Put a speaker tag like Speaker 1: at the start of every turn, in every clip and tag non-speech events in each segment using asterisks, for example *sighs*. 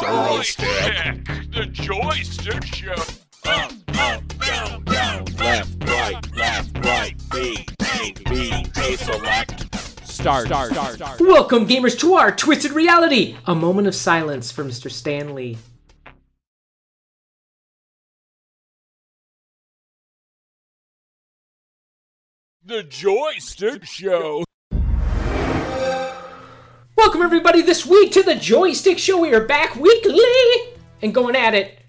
Speaker 1: Joystick.
Speaker 2: The joystick show.
Speaker 1: Up, up, down, down. Left, right, left, right. B, A, B, A, select. Start, start, start.
Speaker 3: Welcome, gamers, to our Twisted Reality! A moment of silence for Mr. Stanley.
Speaker 2: The joystick show.
Speaker 3: Welcome, everybody, this week to the Joystick Show. We are back weekly and going at it.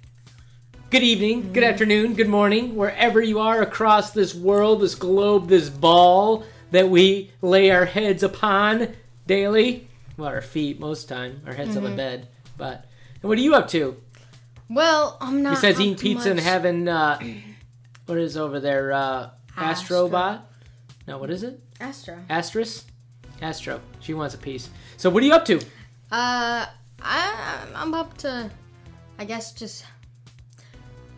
Speaker 3: Good evening, good afternoon, good morning, wherever you are across this world, this globe, this ball that we lay our heads upon daily. Well, our feet most time, our heads
Speaker 4: Mm-hmm.
Speaker 3: on the bed. But and what are you up to?
Speaker 4: Well, I'm not.
Speaker 3: Besides
Speaker 4: up
Speaker 3: eating
Speaker 4: to
Speaker 3: pizza and
Speaker 4: much.
Speaker 3: having uh, what is over there? Uh,
Speaker 4: Astro-
Speaker 3: Astrobot? No, what is it?
Speaker 4: Astra.
Speaker 3: Asterisk? Astro. She wants a piece. So what are you up to?
Speaker 4: Uh, I, I'm up to, I guess, just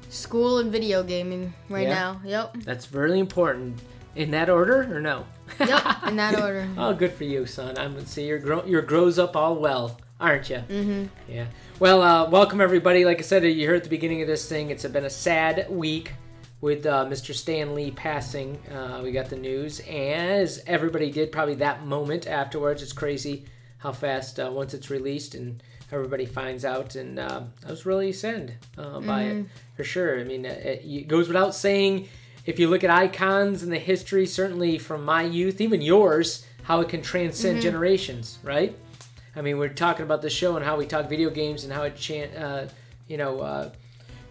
Speaker 4: school and video gaming right
Speaker 3: Yeah?
Speaker 4: now.
Speaker 3: *laughs*
Speaker 4: Yep.
Speaker 3: That's really important. In that order or no?
Speaker 4: Yep. in that order.
Speaker 3: Oh, good for you, son. I'm gonna see you're grow you're grows up all well, aren't you? Mm-hmm. Yeah. Well, uh, welcome everybody. Like I said, you heard at the beginning of this thing, it's been a sad week with uh, Mr. Stanley passing. Uh, we got the news, as everybody did probably that moment afterwards. It's crazy how fast uh, once it's released and everybody finds out. And uh, I was really saddened uh, by it for sure. I mean, it, it- it goes without saying if you look at icons and the history, certainly from my youth, even yours, how it can transcend generations, right? I mean, we're talking about the show and how we talk video games and how it, chan- uh, you know, uh,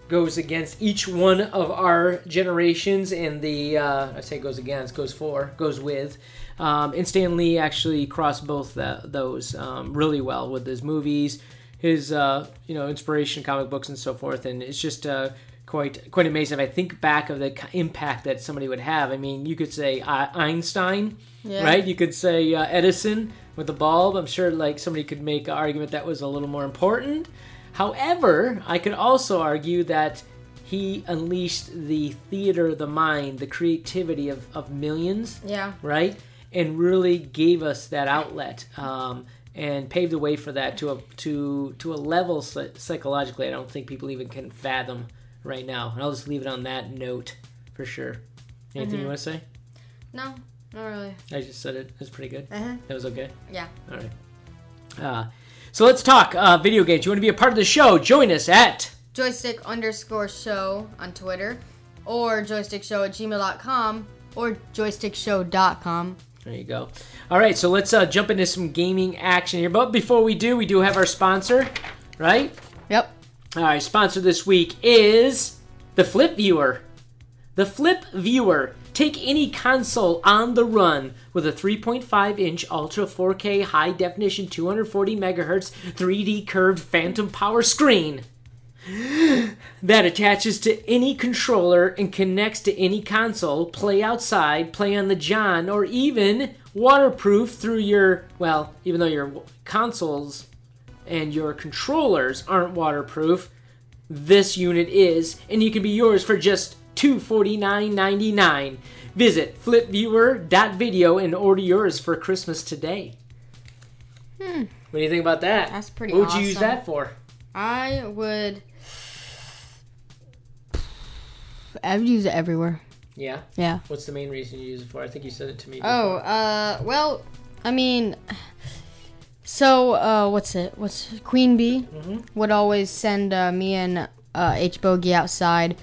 Speaker 3: goes against each one of our generations and the uh, I say goes against goes for goes with um, and Stan Lee actually crossed both tha- those um, really well with his movies his uh, you know inspiration comic books and so forth and it's just uh, quite quite amazing if I think back of the ki- impact that somebody would have I mean you could say uh, Einstein
Speaker 4: Yeah.
Speaker 3: right you could say uh, Edison with the bulb I'm sure like somebody could make an argument that was a little more important However, I could also argue that he unleashed the theater of the mind, the creativity of, of millions,
Speaker 4: Yeah.
Speaker 3: right? And really gave us that outlet um, and paved the way for that to a, to, to a level psy- psychologically I don't think people even can fathom right now. And I'll just leave it on that note for sure. Anything you want to say?
Speaker 4: No, not really.
Speaker 3: I just said it. That's pretty good.
Speaker 4: Uh-huh.
Speaker 3: That was okay.
Speaker 4: Yeah.
Speaker 3: All right. Uh, so let's talk uh, video games. You want to be a part of the show? Join us at
Speaker 4: Joystick underscore show on Twitter, or joystick show at gmail.com, or joystickshow.com.
Speaker 3: There you go. All right, so let's uh, jump into some gaming action here. But before we do, we do have our sponsor, right?
Speaker 4: Yep.
Speaker 3: All right, sponsor this week is the Flip Viewer. The Flip Viewer. Take any console on the run with a 3.5 inch Ultra 4K high definition 240 megahertz 3D curved Phantom Power screen that attaches to any controller and connects to any console. Play outside, play on the John, or even waterproof through your, well, even though your consoles and your controllers aren't waterproof, this unit is, and you can be yours for just $249.99. Visit flipviewer.video and order yours for Christmas today. What do you think about that?
Speaker 4: Hmm. That's pretty
Speaker 3: What would you use
Speaker 4: awesome.
Speaker 3: that for?
Speaker 4: I would. I would use it everywhere.
Speaker 3: Yeah.
Speaker 4: Yeah.
Speaker 3: What's the main reason you use it for? I think you said it to me.
Speaker 4: Oh, uh, well, I mean, so uh, what's it? What's Queen Bee
Speaker 3: Mm-hmm.
Speaker 4: would always send uh, me and uh, H Bogey outside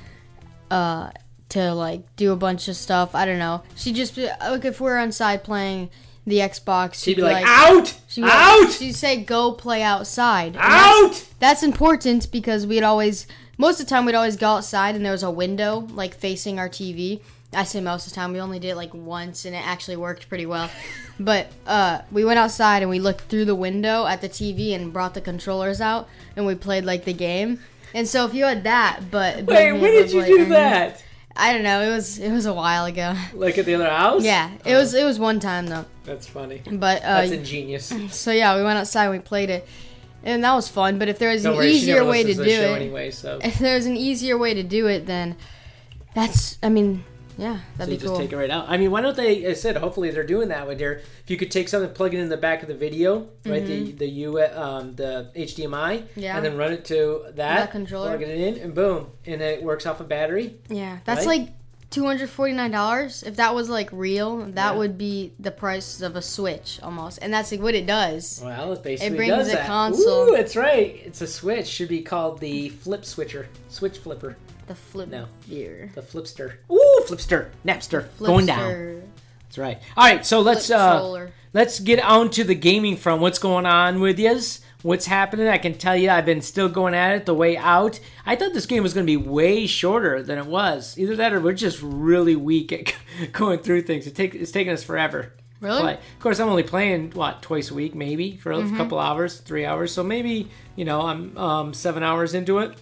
Speaker 4: uh, to like do a bunch of stuff. I don't know. She just be- like if we're inside playing the Xbox, she'd,
Speaker 3: She'd be like, out!
Speaker 4: she'd be like-
Speaker 3: out!
Speaker 4: She'd say, "Go play outside." And that's-
Speaker 3: out!
Speaker 4: that's important because we'd always most of the time we'd always go outside and there was a window like facing our TV. I say most of the time we only did it like once and it actually worked pretty well. But uh, we went outside and we looked through the window at the TV and brought the controllers out and we played like the game. And so if you had that, but
Speaker 3: Wait, when did you do that?
Speaker 4: I don't know. It was it was a while ago. *laughs*
Speaker 3: Like at the other house?
Speaker 4: Yeah, it was it was one time though.
Speaker 3: That's funny.
Speaker 4: But uh,
Speaker 3: That's ingenious.
Speaker 4: so yeah, we went outside and we played it, and that was fun. But if there was
Speaker 3: Don't
Speaker 4: an
Speaker 3: worry, she
Speaker 4: easier
Speaker 3: never
Speaker 4: way to
Speaker 3: listens
Speaker 4: do
Speaker 3: the show
Speaker 4: it,
Speaker 3: anyway, so.
Speaker 4: if there's an easier way to do it, then that's. I mean, Yeah,
Speaker 3: So
Speaker 4: that'd
Speaker 3: you
Speaker 4: be
Speaker 3: just
Speaker 4: cool.
Speaker 3: take it right out. I mean, why don't they? I said hopefully they're doing that with your. If you could take something, plug it in the back of the video, right? The the U um, the HDMI,
Speaker 4: Mm-hmm. Yeah.
Speaker 3: and then run it to that,
Speaker 4: That controller.
Speaker 3: plug it in, and boom, and it works off a battery.
Speaker 4: yeah, that's
Speaker 3: right?
Speaker 4: like two hundred forty nine dollars. If that was like real, that
Speaker 3: Yeah.
Speaker 4: would be the price of a Switch almost, and that's like what it does.
Speaker 3: Well, it basically
Speaker 4: brings
Speaker 3: does
Speaker 4: a
Speaker 3: that.
Speaker 4: console.
Speaker 3: Ooh, that's right. It's a switch. Should be called the flip switcher, switch flipper,
Speaker 4: The flip
Speaker 3: No.
Speaker 4: gear.
Speaker 3: the flipster. Ooh, flipster, napster, going down.
Speaker 4: Flipster,
Speaker 3: That's right. All right, so let's
Speaker 4: flip
Speaker 3: uh,
Speaker 4: troller.
Speaker 3: Let's get on to the gaming front. What's going on with yous? What's happening? I can tell you I've been still going at it the way out. I thought this game was going to be way shorter than it was. Either that or we're just really weak at *laughs* going through things. It take, it's taking us forever.
Speaker 4: Really?
Speaker 3: But, of course, I'm only playing, what, twice a week maybe for a
Speaker 4: Mm-hmm.
Speaker 3: couple hours, three hours. So maybe, you know, I'm um, seven hours into it.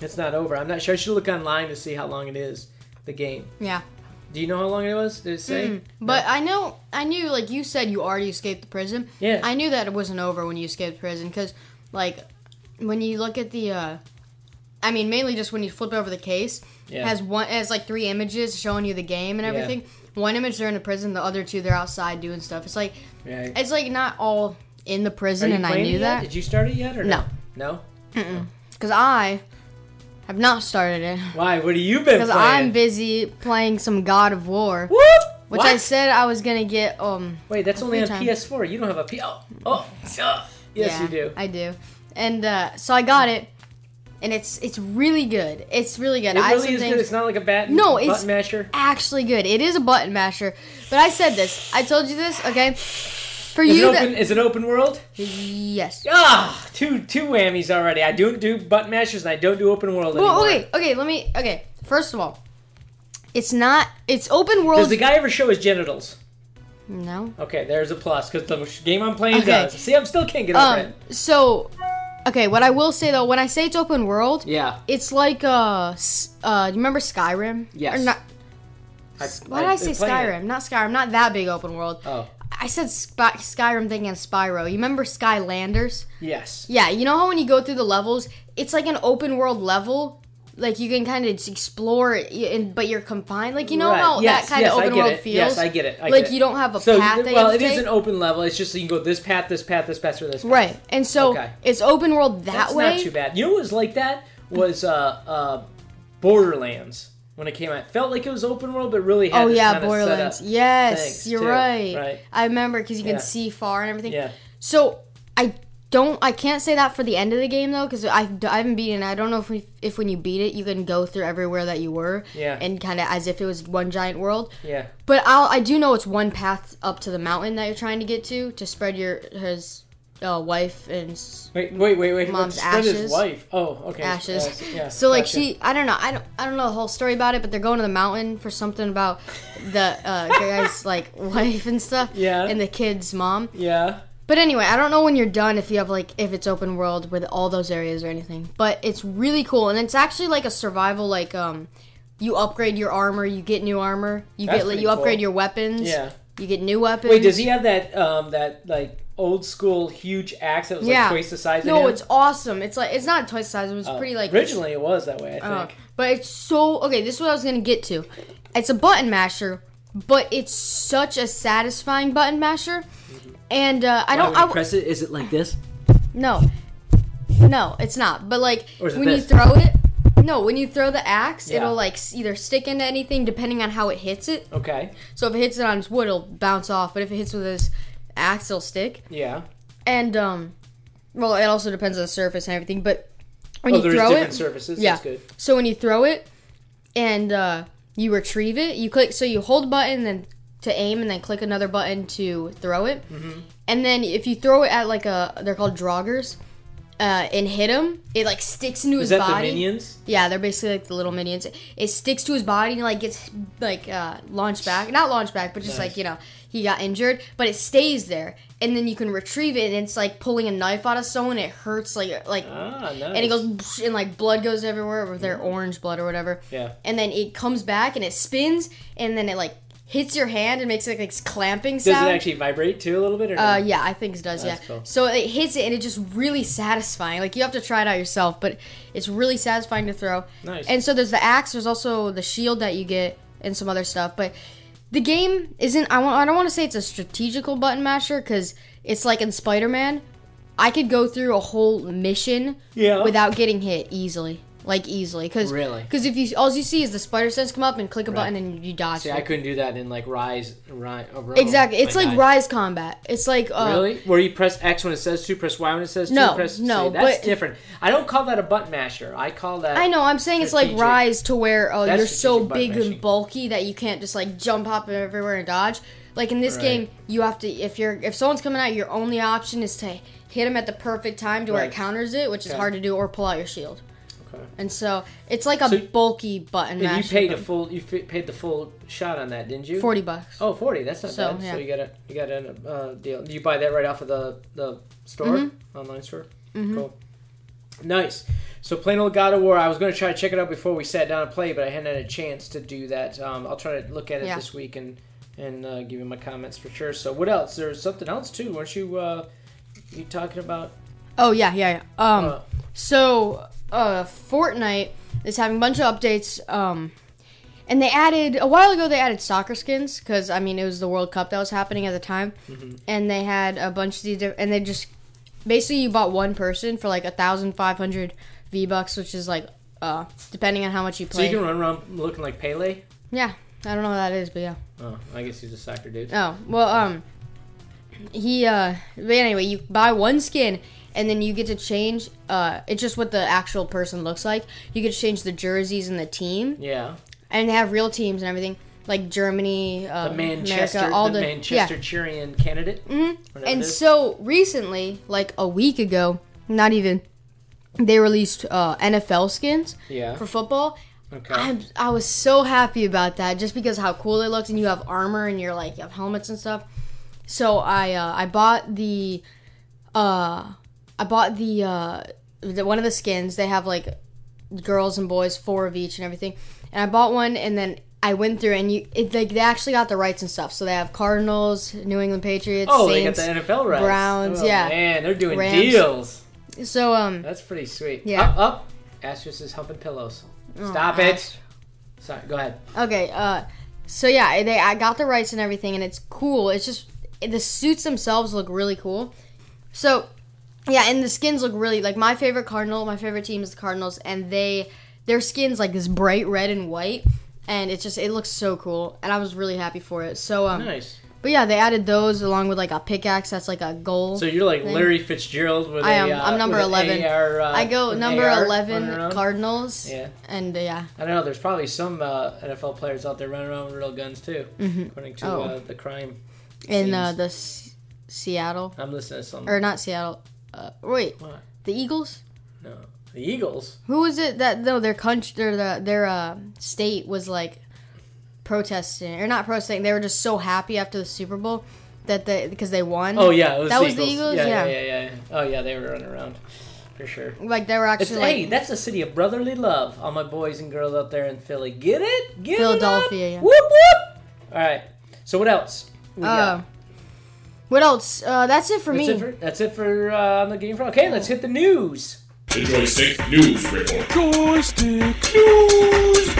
Speaker 3: It's not over. I'm not sure. I should look online to see how long it is, the game.
Speaker 4: Yeah.
Speaker 3: Do you know how long it was? Did it say?
Speaker 4: But I know, I knew, like you said, you already escaped the prison.
Speaker 3: Yeah.
Speaker 4: I knew that it wasn't over when you escaped prison because, like, when you look at the, uh, I mean, mainly just when you flip over the case,
Speaker 3: Yeah.
Speaker 4: it has one, it has like three images showing you the game and
Speaker 3: Yeah.
Speaker 4: everything. One image they're in a prison, the other two they're outside doing stuff. It's like,
Speaker 3: Right.
Speaker 4: it's like not all in the
Speaker 3: Are
Speaker 4: prison,
Speaker 3: you
Speaker 4: and I
Speaker 3: playing it
Speaker 4: knew
Speaker 3: yet?
Speaker 4: that
Speaker 3: Did you start it yet or
Speaker 4: No.
Speaker 3: No. No?
Speaker 4: because I have not started it
Speaker 3: Why? What have you been playing?
Speaker 4: because I'm busy playing some God of War,
Speaker 3: Whoop!
Speaker 4: which
Speaker 3: What?
Speaker 4: I said I was gonna get um.
Speaker 3: Wait, that's only
Speaker 4: free
Speaker 3: on
Speaker 4: time.
Speaker 3: PS4. You don't have a P. Oh, oh, duh. yes,
Speaker 4: Yeah,
Speaker 3: you do.
Speaker 4: I do. And uh, so I got it, and it's it's really good. It's really good.
Speaker 3: It
Speaker 4: I have
Speaker 3: really
Speaker 4: some
Speaker 3: is good.
Speaker 4: things
Speaker 3: It's not like a bat.
Speaker 4: No,
Speaker 3: button
Speaker 4: it's-
Speaker 3: masher.
Speaker 4: actually good. It is a button masher, but I said this. I told you this. Okay, for
Speaker 3: Is it,
Speaker 4: you.
Speaker 3: open,
Speaker 4: That,
Speaker 3: is it open world?
Speaker 4: yes.
Speaker 3: Ah, two two whammies already. I don't do button mashers and I don't do open world
Speaker 4: Well,
Speaker 3: anymore.
Speaker 4: okay, okay. Let me. Okay, first of all, it's not. It's open world.
Speaker 3: Does the guy ever show his genitals?
Speaker 4: no.
Speaker 3: Okay, there's a plus because the game I'm playing
Speaker 4: Okay.
Speaker 3: does. See, I'm still can't get over
Speaker 4: Um.
Speaker 3: it.
Speaker 4: So, okay. What I will say though, when I say it's open world,
Speaker 3: Yeah.
Speaker 4: it's like uh, s- uh. Do you remember Skyrim?
Speaker 3: Yes.
Speaker 4: Or not,
Speaker 3: I,
Speaker 4: why did I
Speaker 3: I've
Speaker 4: say
Speaker 3: been playing it.
Speaker 4: Skyrim? Not Skyrim. Not that big open world.
Speaker 3: Oh,
Speaker 4: I said Spy- Skyrim thinking of Spyro. You remember Skylanders?
Speaker 3: yes.
Speaker 4: Yeah, you know how when you go through the levels, it's like an open world level. Like you can kind of explore, it, y- and, but you're confined. Like you know
Speaker 3: Right.
Speaker 4: how
Speaker 3: Yes,
Speaker 4: that kind
Speaker 3: yes,
Speaker 4: of
Speaker 3: I
Speaker 4: open
Speaker 3: get
Speaker 4: world
Speaker 3: it.
Speaker 4: feels.
Speaker 3: Yes, I get it. I
Speaker 4: like
Speaker 3: get it.
Speaker 4: you don't have a
Speaker 3: So,
Speaker 4: path. that you
Speaker 3: well,
Speaker 4: have
Speaker 3: it
Speaker 4: to
Speaker 3: is
Speaker 4: take.
Speaker 3: an open level. It's just you can go this path, this path, this path, or this path.
Speaker 4: right, and so
Speaker 3: Okay.
Speaker 4: it's open world that
Speaker 3: That's
Speaker 4: way.
Speaker 3: not too bad. You know what was like that was uh, uh, Borderlands when it came out. It felt like it was open world, but really had
Speaker 4: Oh
Speaker 3: this
Speaker 4: yeah,
Speaker 3: kinda
Speaker 4: Borderlands.
Speaker 3: setup.
Speaker 4: Yes,
Speaker 3: Thanks,
Speaker 4: you're
Speaker 3: too.
Speaker 4: right.
Speaker 3: Right.
Speaker 4: I remember because you can
Speaker 3: Yeah.
Speaker 4: see far and everything.
Speaker 3: Yeah,
Speaker 4: So I don't. I can't say that for the end of the game though, because I, I haven't beaten. it. I don't know if we, if when you beat it, you can go through everywhere that you were.
Speaker 3: Yeah.
Speaker 4: And kind of as if it was one giant world.
Speaker 3: yeah.
Speaker 4: But I'll, I do know it's one path up to the mountain that you're trying to get to to spread your his uh, wife and s-
Speaker 3: Wait, wait, wait, wait.
Speaker 4: Mom's
Speaker 3: Let's spread his
Speaker 4: ashes.
Speaker 3: wife. Oh, okay.
Speaker 4: ashes.
Speaker 3: Uh, yeah,
Speaker 4: so like
Speaker 3: gotcha.
Speaker 4: she, I don't know. I don't. I don't know the whole story about it, but they're going to the mountain for something about the uh,
Speaker 3: *laughs*
Speaker 4: guy's like wife and stuff.
Speaker 3: Yeah.
Speaker 4: And the kid's mom.
Speaker 3: Yeah.
Speaker 4: But anyway, I don't know when you're done if you have like if it's open world with all those areas or anything. But it's really cool and it's actually like a survival like um you upgrade your armor, you get new armor, you
Speaker 3: That's
Speaker 4: get like
Speaker 3: pretty
Speaker 4: you upgrade
Speaker 3: cool.
Speaker 4: your weapons,
Speaker 3: Yeah.
Speaker 4: you get new weapons.
Speaker 3: Wait, does he have that um that like old school huge axe that was
Speaker 4: Yeah.
Speaker 3: like twice the size of
Speaker 4: No,
Speaker 3: him?
Speaker 4: it's awesome. It's like it's not twice the size, it was
Speaker 3: Oh.
Speaker 4: pretty like
Speaker 3: originally it was that way. I
Speaker 4: uh,
Speaker 3: think.
Speaker 4: but it's so okay, this is what I was going to get to. It's a button masher, but it's such a satisfying button masher.
Speaker 3: Mm-hmm.
Speaker 4: And uh, I don't I, w-
Speaker 3: press it. Is it like this?
Speaker 4: No. No, it's not. But like
Speaker 3: Or is it
Speaker 4: when
Speaker 3: this?
Speaker 4: you throw it, no, when you throw the axe,
Speaker 3: Yeah.
Speaker 4: it'll like s- either stick into anything depending on how it hits it.
Speaker 3: Okay.
Speaker 4: So if it hits it on its wood, it'll bounce off. But if it hits with this axe, it'll stick.
Speaker 3: Yeah.
Speaker 4: And um, well, it also depends on the surface and everything. But when
Speaker 3: oh,
Speaker 4: you
Speaker 3: there's
Speaker 4: throw
Speaker 3: different
Speaker 4: it,
Speaker 3: surfaces.
Speaker 4: yeah.
Speaker 3: That's good.
Speaker 4: So when you throw it and uh, you retrieve it, you click. So you hold button then to aim, and then click another button to throw it.
Speaker 3: Mm-hmm.
Speaker 4: And then if you throw it at like a, they're called droggers, uh, and hit him, it like sticks into his
Speaker 3: Is that
Speaker 4: body.
Speaker 3: the minions?
Speaker 4: Yeah, they're basically like the little minions. It sticks to his body and like gets like uh, launched back, not launched back, but just
Speaker 3: Nice.
Speaker 4: like you know he got injured, but it stays there. And then you can retrieve it, and it's like pulling a knife out of someone. It hurts like uh, like
Speaker 3: Ah, nice. Mm-hmm.
Speaker 4: and it goes "Psh," and like blood goes everywhere with their orange blood or whatever.
Speaker 3: Yeah.
Speaker 4: And then it comes back and it spins and then it like hits your hand and makes like this clamping
Speaker 3: Does
Speaker 4: sound.
Speaker 3: it actually vibrate too a little bit? Or no?
Speaker 4: uh, yeah, I think it does.
Speaker 3: That's
Speaker 4: yeah.
Speaker 3: cool.
Speaker 4: So it hits it and it just really satisfying. Like you have to try it out yourself, but it's really satisfying to throw.
Speaker 3: Nice.
Speaker 4: And so there's the axe. There's also the shield that you get, and some other stuff. But the game isn't. I want. I don't want to say it's a strategical button masher because it's like in Spider Man. I could go through a whole mission
Speaker 3: Yeah.
Speaker 4: without getting hit easily, like easily. Because
Speaker 3: Really?
Speaker 4: because if you all you see is the spider sense come up and click a button and you dodge.
Speaker 3: See,
Speaker 4: it.
Speaker 3: I couldn't do that in like Rise, oh, Rise
Speaker 4: exactly. It's like rise combat. It's like uh,
Speaker 3: Really? Where you press X when it says two, press Y when it says
Speaker 4: No,
Speaker 3: two, press
Speaker 4: no,
Speaker 3: C. That's
Speaker 4: but-
Speaker 3: different. I don't call that a button masher. I call that
Speaker 4: I know. I'm saying it's like
Speaker 3: Strategic.
Speaker 4: rise to where oh
Speaker 3: That's
Speaker 4: you're so
Speaker 3: strategic button
Speaker 4: big
Speaker 3: mashing.
Speaker 4: and bulky that you can't just like jump hop everywhere and dodge. Like in this
Speaker 3: Right.
Speaker 4: game, you have to if you're if someone's coming out, your only option is to hit them at the perfect time to where
Speaker 3: Right.
Speaker 4: it counters it, which is
Speaker 3: Okay.
Speaker 4: hard to do, or pull out your shield.
Speaker 3: Okay.
Speaker 4: And so it's like a
Speaker 3: So-
Speaker 4: bulky button.
Speaker 3: And you
Speaker 4: mash.
Speaker 3: paid a full. You fi- paid the full shot on that, didn't you?
Speaker 4: forty bucks.
Speaker 3: Oh, 40. That's not
Speaker 4: So,
Speaker 3: bad.
Speaker 4: yeah.
Speaker 3: So you got a you got a uh, deal. You buy that right off of the the store
Speaker 4: Mm-hmm.
Speaker 3: online store. Cool. Nice. So plain old God of War. I was going to try to check it out before we sat down and played, but I hadn't had a chance to do that. Um, I'll try to look at it
Speaker 4: Yeah.
Speaker 3: this week and and uh, give you my comments for sure. So what else? There's something else too. Weren't you uh, you talking about?
Speaker 4: Oh yeah, yeah, yeah. Um,
Speaker 3: Uh,
Speaker 4: so uh, Fortnite is having a bunch of updates. Um, and they added a while ago. They added soccer skins because I mean it was the World Cup that was happening at the time,
Speaker 3: Mm-hmm.
Speaker 4: and they had a bunch of these. diff- And they just basically you bought one person for like a thousand five hundred V bucks, which is like uh, depending on how much you
Speaker 3: so
Speaker 4: play.
Speaker 3: you can run around looking like Pele.
Speaker 4: yeah, I don't know what that is, but yeah.
Speaker 3: Oh, I guess he's a soccer dude.
Speaker 4: Oh well, um, he uh, but anyway, you buy one skin and then you get to change. Uh, it's just what the actual person looks like. You get to change the jerseys and the team,
Speaker 3: Yeah,
Speaker 4: and they have real teams and everything, like Germany, uh,
Speaker 3: the Manchester,
Speaker 4: America, all the,
Speaker 3: the, Manchester
Speaker 4: yeah. Mm.
Speaker 3: Cheerian candidate. Mm-hmm.
Speaker 4: And so recently, like a week ago, not even, they released uh, NFL skins
Speaker 3: Yeah.
Speaker 4: for football.
Speaker 3: okay.
Speaker 4: I'm, I was so happy about that just because how cool it looks and you have armor and you're like you have helmets and stuff. So I uh, I bought the uh I bought the uh the, one of the skins. They have like girls and boys, four of each and everything. And I bought one and then I went through and you it, like they actually got the rights and stuff. So they have Cardinals, New England Patriots,
Speaker 3: Oh,
Speaker 4: Saints.
Speaker 3: they got the NFL rights.
Speaker 4: Browns,
Speaker 3: Oh,
Speaker 4: yeah.
Speaker 3: Man, they're doing
Speaker 4: Rams.
Speaker 3: deals.
Speaker 4: so um
Speaker 3: That's pretty sweet.
Speaker 4: Yeah.
Speaker 3: Up, up. Asterisk is humping pillows. Stop it. Sorry, go ahead.
Speaker 4: Okay, uh, so yeah, they I got the rights and everything, and it's cool. It's just the suits themselves look really cool. So yeah, and the skins look really like my favorite Cardinal. My favorite team is the Cardinals, and they their skins like this bright red and white, and it's just it looks so cool. And I was really happy for it. So um,
Speaker 3: Nice.
Speaker 4: but yeah, they added those along with like a pickaxe that's like a gold.
Speaker 3: So you're like
Speaker 4: Then-
Speaker 3: Larry Fitzgerald with
Speaker 4: I am.
Speaker 3: a. Uh,
Speaker 4: I'm number
Speaker 3: with an
Speaker 4: 11.
Speaker 3: AR, uh,
Speaker 4: I go
Speaker 3: an
Speaker 4: number
Speaker 3: AR running
Speaker 4: eleven
Speaker 3: around.
Speaker 4: Cardinals.
Speaker 3: Yeah.
Speaker 4: and uh, yeah,
Speaker 3: I don't know. There's probably some uh, NFL players out there running around with real guns too, according to
Speaker 4: Oh.
Speaker 3: uh, the crime.
Speaker 4: in uh,
Speaker 3: Seems-
Speaker 4: the S- Seattle
Speaker 3: I'm listening to some.
Speaker 4: or not Seattle. Uh, wait,
Speaker 3: What?
Speaker 4: the Eagles.
Speaker 3: No. The Eagles.
Speaker 4: Who was it that though their country, their the, their uh, state was like protesting or not protesting? They were just so happy after the Super Bowl that they because they won.
Speaker 3: Oh yeah, it was
Speaker 4: That
Speaker 3: the
Speaker 4: was the
Speaker 3: Eagles.
Speaker 4: Eagles?
Speaker 3: Yeah,
Speaker 4: Yeah.
Speaker 3: yeah, yeah, yeah. Oh yeah, they were running around for sure.
Speaker 4: like they were
Speaker 3: It's,
Speaker 4: actually like
Speaker 3: hey, that's the city of brotherly love. All my boys and girls out there in Philly, get it, get
Speaker 4: Philadelphia,
Speaker 3: it
Speaker 4: yeah.
Speaker 3: up. Whoop whoop. All right. So what else? We
Speaker 4: uh, what else? Uh, that's it for
Speaker 3: That's
Speaker 4: me.
Speaker 3: it for, that's it for uh, on the game front. Okay, let's hit the news.
Speaker 1: Joystick News Report.
Speaker 2: Joystick News.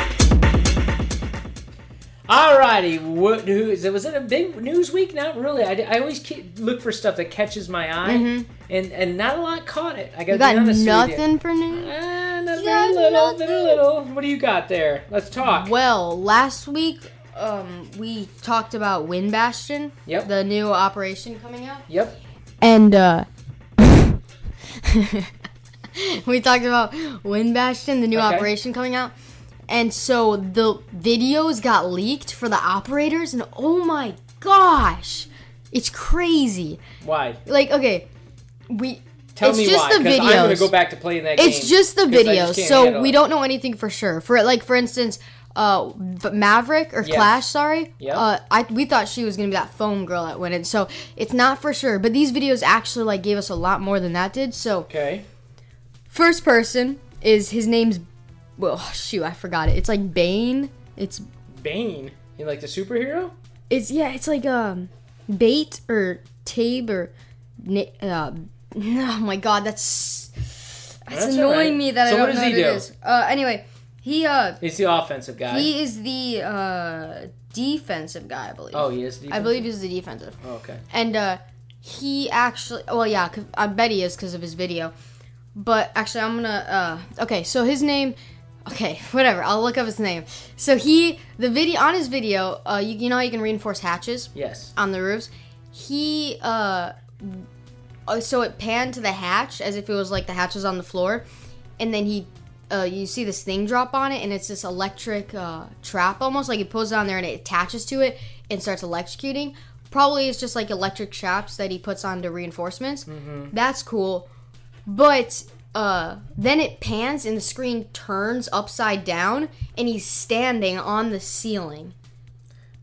Speaker 3: Alrighty, what who is it? Was it a big news week? Not really. I, I always keep, look for stuff that catches my eye, and and not a lot caught it. I
Speaker 4: Mm-hmm.
Speaker 3: gotta
Speaker 4: you got
Speaker 3: be honest with you.
Speaker 4: nothing for news.
Speaker 3: Ah, not
Speaker 4: You
Speaker 3: very
Speaker 4: got
Speaker 3: little,
Speaker 4: nothing.
Speaker 3: very little. What do you got there? Let's talk.
Speaker 4: Well, last week um, we talked about Wind Bastion,
Speaker 3: Yep.
Speaker 4: the new operation coming out.
Speaker 3: Yep.
Speaker 4: And uh *laughs* we talked about Wind Bastion, the new
Speaker 3: Okay.
Speaker 4: operation coming out. And so the videos got leaked for the operators and oh my gosh. It's crazy.
Speaker 3: Why?
Speaker 4: Like okay, we
Speaker 3: Tell
Speaker 4: it's
Speaker 3: me
Speaker 4: just
Speaker 3: why.
Speaker 4: the
Speaker 3: 'cause I'm gonna
Speaker 4: videos.
Speaker 3: go back to playing that game.
Speaker 4: It's just the
Speaker 3: 'cause I just
Speaker 4: videos,
Speaker 3: can't
Speaker 4: so
Speaker 3: handle
Speaker 4: we
Speaker 3: it.
Speaker 4: don't know anything for sure. For like, for instance, uh, V- Maverick or
Speaker 3: Yes.
Speaker 4: Clash, sorry,
Speaker 3: Yep.
Speaker 4: uh, I we thought she was gonna be that foam girl that went in, so it's not for sure. But these videos actually like gave us a lot more than that did. So
Speaker 3: Okay.
Speaker 4: first person is his name's, well, *sighs* shoot, I forgot it. It's like Bane. It's
Speaker 3: Bane. You like the superhero?
Speaker 4: it's yeah, it's like um, Bait or Tabe or, Ni- uh, *laughs* oh my god, that's. It's
Speaker 3: That's all
Speaker 4: annoying
Speaker 3: right.
Speaker 4: me that
Speaker 3: So
Speaker 4: I
Speaker 3: what
Speaker 4: don't
Speaker 3: does
Speaker 4: know
Speaker 3: he
Speaker 4: what it
Speaker 3: do?
Speaker 4: is. Uh, anyway, He uh
Speaker 3: He's the offensive guy.
Speaker 4: he is the uh defensive guy, I believe.
Speaker 3: oh, he is. The
Speaker 4: I believe he's the defensive.
Speaker 3: Oh, okay.
Speaker 4: And uh he actually well yeah, 'cause- I bet he is cuz of his video. But actually I'm going to uh okay, so his name okay, *laughs* whatever. I'll look up his name. So he the video on his video, uh you, you know how you can reinforce hatches?
Speaker 3: Yes.
Speaker 4: on the roofs. He uh uh, so it panned to the hatch as if it was like the hatch was on the floor and then he uh, you see this thing drop on it and it's this electric uh, trap almost like it pulls it on there and it attaches to it and starts electrocuting probably it's just like electric traps that he puts onto reinforcements
Speaker 3: Mm-hmm.
Speaker 4: that's cool but uh, then it pans and the screen turns upside down and he's standing on the ceiling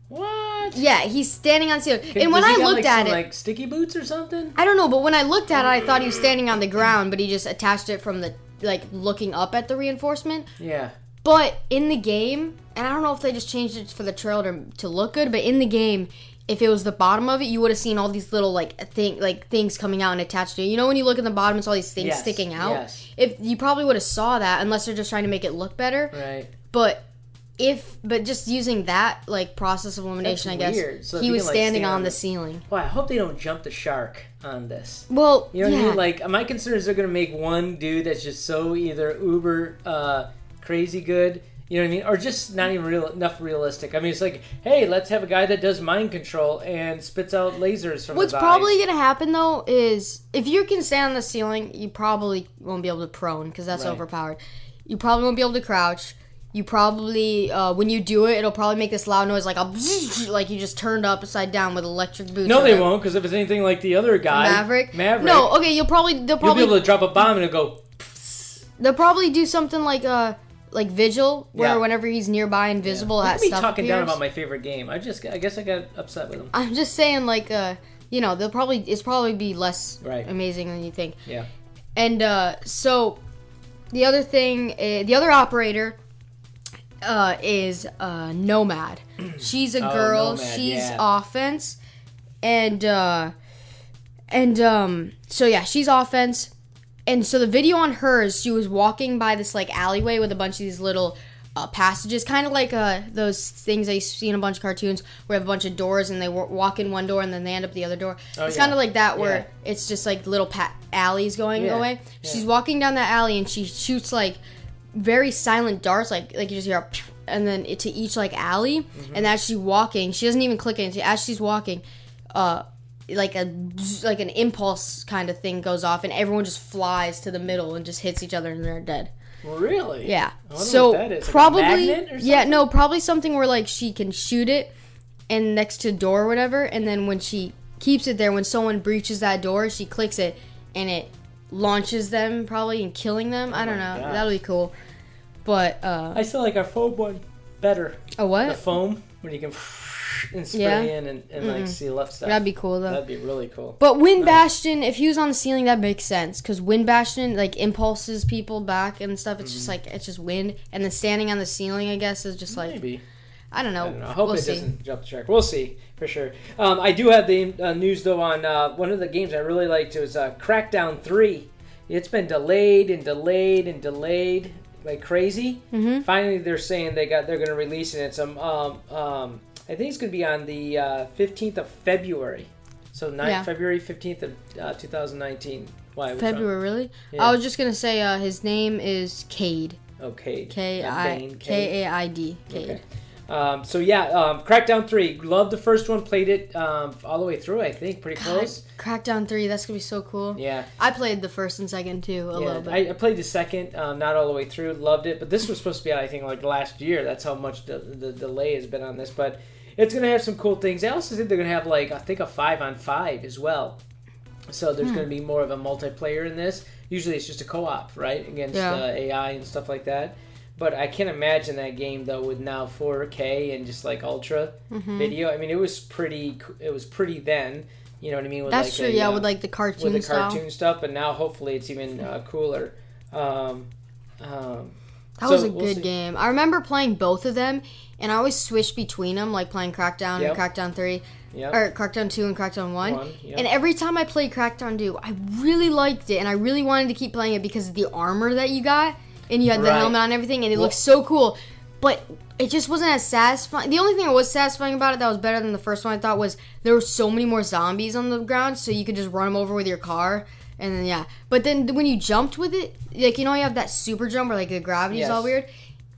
Speaker 3: What?
Speaker 4: yeah, he's standing on ceiling. and when I
Speaker 3: got,
Speaker 4: looked
Speaker 3: like,
Speaker 4: at
Speaker 3: some,
Speaker 4: it,
Speaker 3: like sticky boots or something.
Speaker 4: I don't know, but when I looked at it, I thought he was standing on the ground, but he just attached it from the like looking up at the reinforcement.
Speaker 3: Yeah.
Speaker 4: But in the game, and I don't know if they just changed it for the trailer to, to look good, but in the game, if it was the bottom of it, you would have seen all these little like thing like things coming out and attached to it. You know when you look at the bottom, it's all these things
Speaker 3: Yes,
Speaker 4: sticking out.
Speaker 3: yes.
Speaker 4: If you probably would have saw that, unless they're just trying to make it look better.
Speaker 3: Right.
Speaker 4: But if but just using that like process of elimination,
Speaker 3: That's
Speaker 4: I guess
Speaker 3: weird. So if
Speaker 4: he
Speaker 3: you
Speaker 4: was
Speaker 3: can, like,
Speaker 4: standing
Speaker 3: stand
Speaker 4: on
Speaker 3: on
Speaker 4: the
Speaker 3: the-
Speaker 4: ceiling.
Speaker 3: Well, I hope they don't jump the shark on this.
Speaker 4: Well,
Speaker 3: You know what
Speaker 4: yeah.
Speaker 3: I mean? Like my concern is they're gonna make one dude that's just so either uber uh, crazy good, you know what I mean, or just not even real enough realistic. I mean, it's like, hey, let's have a guy that does mind control and spits out lasers from
Speaker 4: What's
Speaker 3: his
Speaker 4: probably
Speaker 3: eyes.
Speaker 4: gonna happen though is if you can stand on the ceiling, you probably won't be able to prone because that's
Speaker 3: Right.
Speaker 4: overpowered. You probably won't be able to crouch. You probably uh, when you do it, it'll probably make this loud noise like a *laughs* like you just turned upside down with electric boots.
Speaker 3: No,
Speaker 4: or
Speaker 3: they
Speaker 4: the
Speaker 3: won't, because if it's anything like the other guy,
Speaker 4: Maverick.
Speaker 3: Maverick,
Speaker 4: No, okay, you'll probably they'll
Speaker 3: you'll be
Speaker 4: probably
Speaker 3: able to drop a bomb and it'll go.
Speaker 4: they'll probably do something like uh like vigil where
Speaker 3: Yeah.
Speaker 4: whenever he's nearby invisible,
Speaker 3: Look
Speaker 4: that
Speaker 3: at me
Speaker 4: stuff
Speaker 3: talking down
Speaker 4: appears.
Speaker 3: about my favorite game. I just, I guess, I got upset with him.
Speaker 4: I'm just saying like uh you know they'll probably it's probably be less
Speaker 3: Right.
Speaker 4: amazing than you think.
Speaker 3: Yeah.
Speaker 4: And uh, so the other thing, uh, the other operator uh, is uh,
Speaker 3: *clears throat*
Speaker 4: Nomad. She's a
Speaker 3: Oh,
Speaker 4: girl.
Speaker 3: Nomad,
Speaker 4: she's
Speaker 3: yeah.
Speaker 4: offense, and uh, and um, so yeah, she's offense. And so the video on her is she was walking by this like alleyway with a bunch of these little uh, passages, kind of like uh, those things that you see in a bunch of cartoons where you have a bunch of doors and they wa- walk in one door and then they end up the other door. it's
Speaker 3: Oh, yeah.
Speaker 4: kind of like that where
Speaker 3: Yeah.
Speaker 4: it's just like little pat alleys going
Speaker 3: Yeah,
Speaker 4: away. She's
Speaker 3: yeah.
Speaker 4: walking down that alley and she shoots like very silent darts, like like you just hear, a pew, and then it, to each like alley.
Speaker 3: Mm-hmm.
Speaker 4: And as she's walking, she doesn't even click anything. As she's walking, uh, like a bzz, like an impulse kind of thing goes off, and everyone just flies to the middle and just hits each other and they're dead.
Speaker 3: Really?
Speaker 4: Yeah.
Speaker 3: I wonder
Speaker 4: So
Speaker 3: what that is, like a
Speaker 4: probably
Speaker 3: magnet or
Speaker 4: yeah
Speaker 3: something?
Speaker 4: no probably something where like she can shoot it and next to door or whatever and then when she keeps it there when someone breaches that door she clicks it and it launches them probably and killing them. I don't know.
Speaker 3: Oh gosh.
Speaker 4: That'll be cool. But uh
Speaker 3: I still like our foam one better.
Speaker 4: a
Speaker 3: Uh, The
Speaker 4: what?
Speaker 3: foam when you can *laughs* and spray
Speaker 4: Yeah.
Speaker 3: in and, and like see left stuff.
Speaker 4: That'd be cool though.
Speaker 3: Mm-hmm. That'd be really cool.
Speaker 4: But Wind Bastion, if he was on the ceiling, that makes sense because Wind Bastion like impulses people back and stuff. It's
Speaker 3: Mm-hmm.
Speaker 4: just like it's just wind, and then standing on the ceiling, I guess, is just like
Speaker 3: Maybe.
Speaker 4: I don't know.
Speaker 3: I don't know. I hope
Speaker 4: Oh, we'll
Speaker 3: it
Speaker 4: see.
Speaker 3: doesn't jump the shark. We'll see for sure. Um, I do have the uh, news though on uh, one of the games I really liked was uh, Crackdown Three. It's been delayed and delayed and delayed like crazy.
Speaker 4: Mm-hmm.
Speaker 3: Finally, they're saying they got they're going to release it. It's um, um, um I think it's going to be on the uh, fifteenth of February. So 9,
Speaker 4: Yeah.
Speaker 3: February fifteenth of uh, two thousand nineteen. Why what's wrong?
Speaker 4: February, really?
Speaker 3: Yeah.
Speaker 4: I was just gonna say uh, his name is Cade.
Speaker 3: Okay.
Speaker 4: K
Speaker 3: Not
Speaker 4: I
Speaker 3: Bane, Cade.
Speaker 4: K A I D. Cade.
Speaker 3: Okay. Um, so yeah, um, Crackdown Three. Loved the first one. Played it um, all the way through. I think pretty close.
Speaker 4: Crackdown three. That's gonna be so cool.
Speaker 3: Yeah.
Speaker 4: I played the first and second too a
Speaker 3: Yeah,
Speaker 4: little bit.
Speaker 3: I, I played the second, um, not all the way through. Loved it, but this was supposed to be, out, I think, like last year. That's how much the, the delay has been on this. But it's going to have some cool things. I also think they're going to have like I think a five on five as well. So
Speaker 4: Hmm.
Speaker 3: there's going to be more of a multiplayer in this. Usually it's just a co-op, right, against
Speaker 4: Yeah.
Speaker 3: uh, AI and stuff like that. But I can't imagine that game though with now 4K and just like ultra
Speaker 4: Mm-hmm.
Speaker 3: video. I mean, it was pretty. co- It was pretty then. You know what I mean? With
Speaker 4: that's
Speaker 3: like
Speaker 4: true.
Speaker 3: a,
Speaker 4: yeah,
Speaker 3: uh,
Speaker 4: with like the cartoon
Speaker 3: with the
Speaker 4: style.
Speaker 3: cartoon stuff, but now hopefully it's even uh, cooler. Um, um,
Speaker 4: That
Speaker 3: So,
Speaker 4: was a
Speaker 3: we'll
Speaker 4: good
Speaker 3: see.
Speaker 4: game. I remember playing both of them, and I always switched between them, like playing Crackdown
Speaker 3: Yep.
Speaker 4: and Crackdown 3,
Speaker 3: yeah,
Speaker 4: or Crackdown 2 and Crackdown 1.
Speaker 3: One, yep.
Speaker 4: And every time I played Crackdown 2, I really liked it, and I really wanted to keep playing it because of the armor that you got. and you had the
Speaker 3: Right.
Speaker 4: helmet on and everything, and it
Speaker 3: Well-
Speaker 4: looked so cool. But it just wasn't as satisfying. The only thing that was satisfying about it that was better than the first one I thought was there were so many more zombies on the ground, so you could just run them over with your car. And then yeah, but then th- when you jumped with it, like you know, how you have that super jump where like the gravity's
Speaker 3: Yes.
Speaker 4: all weird.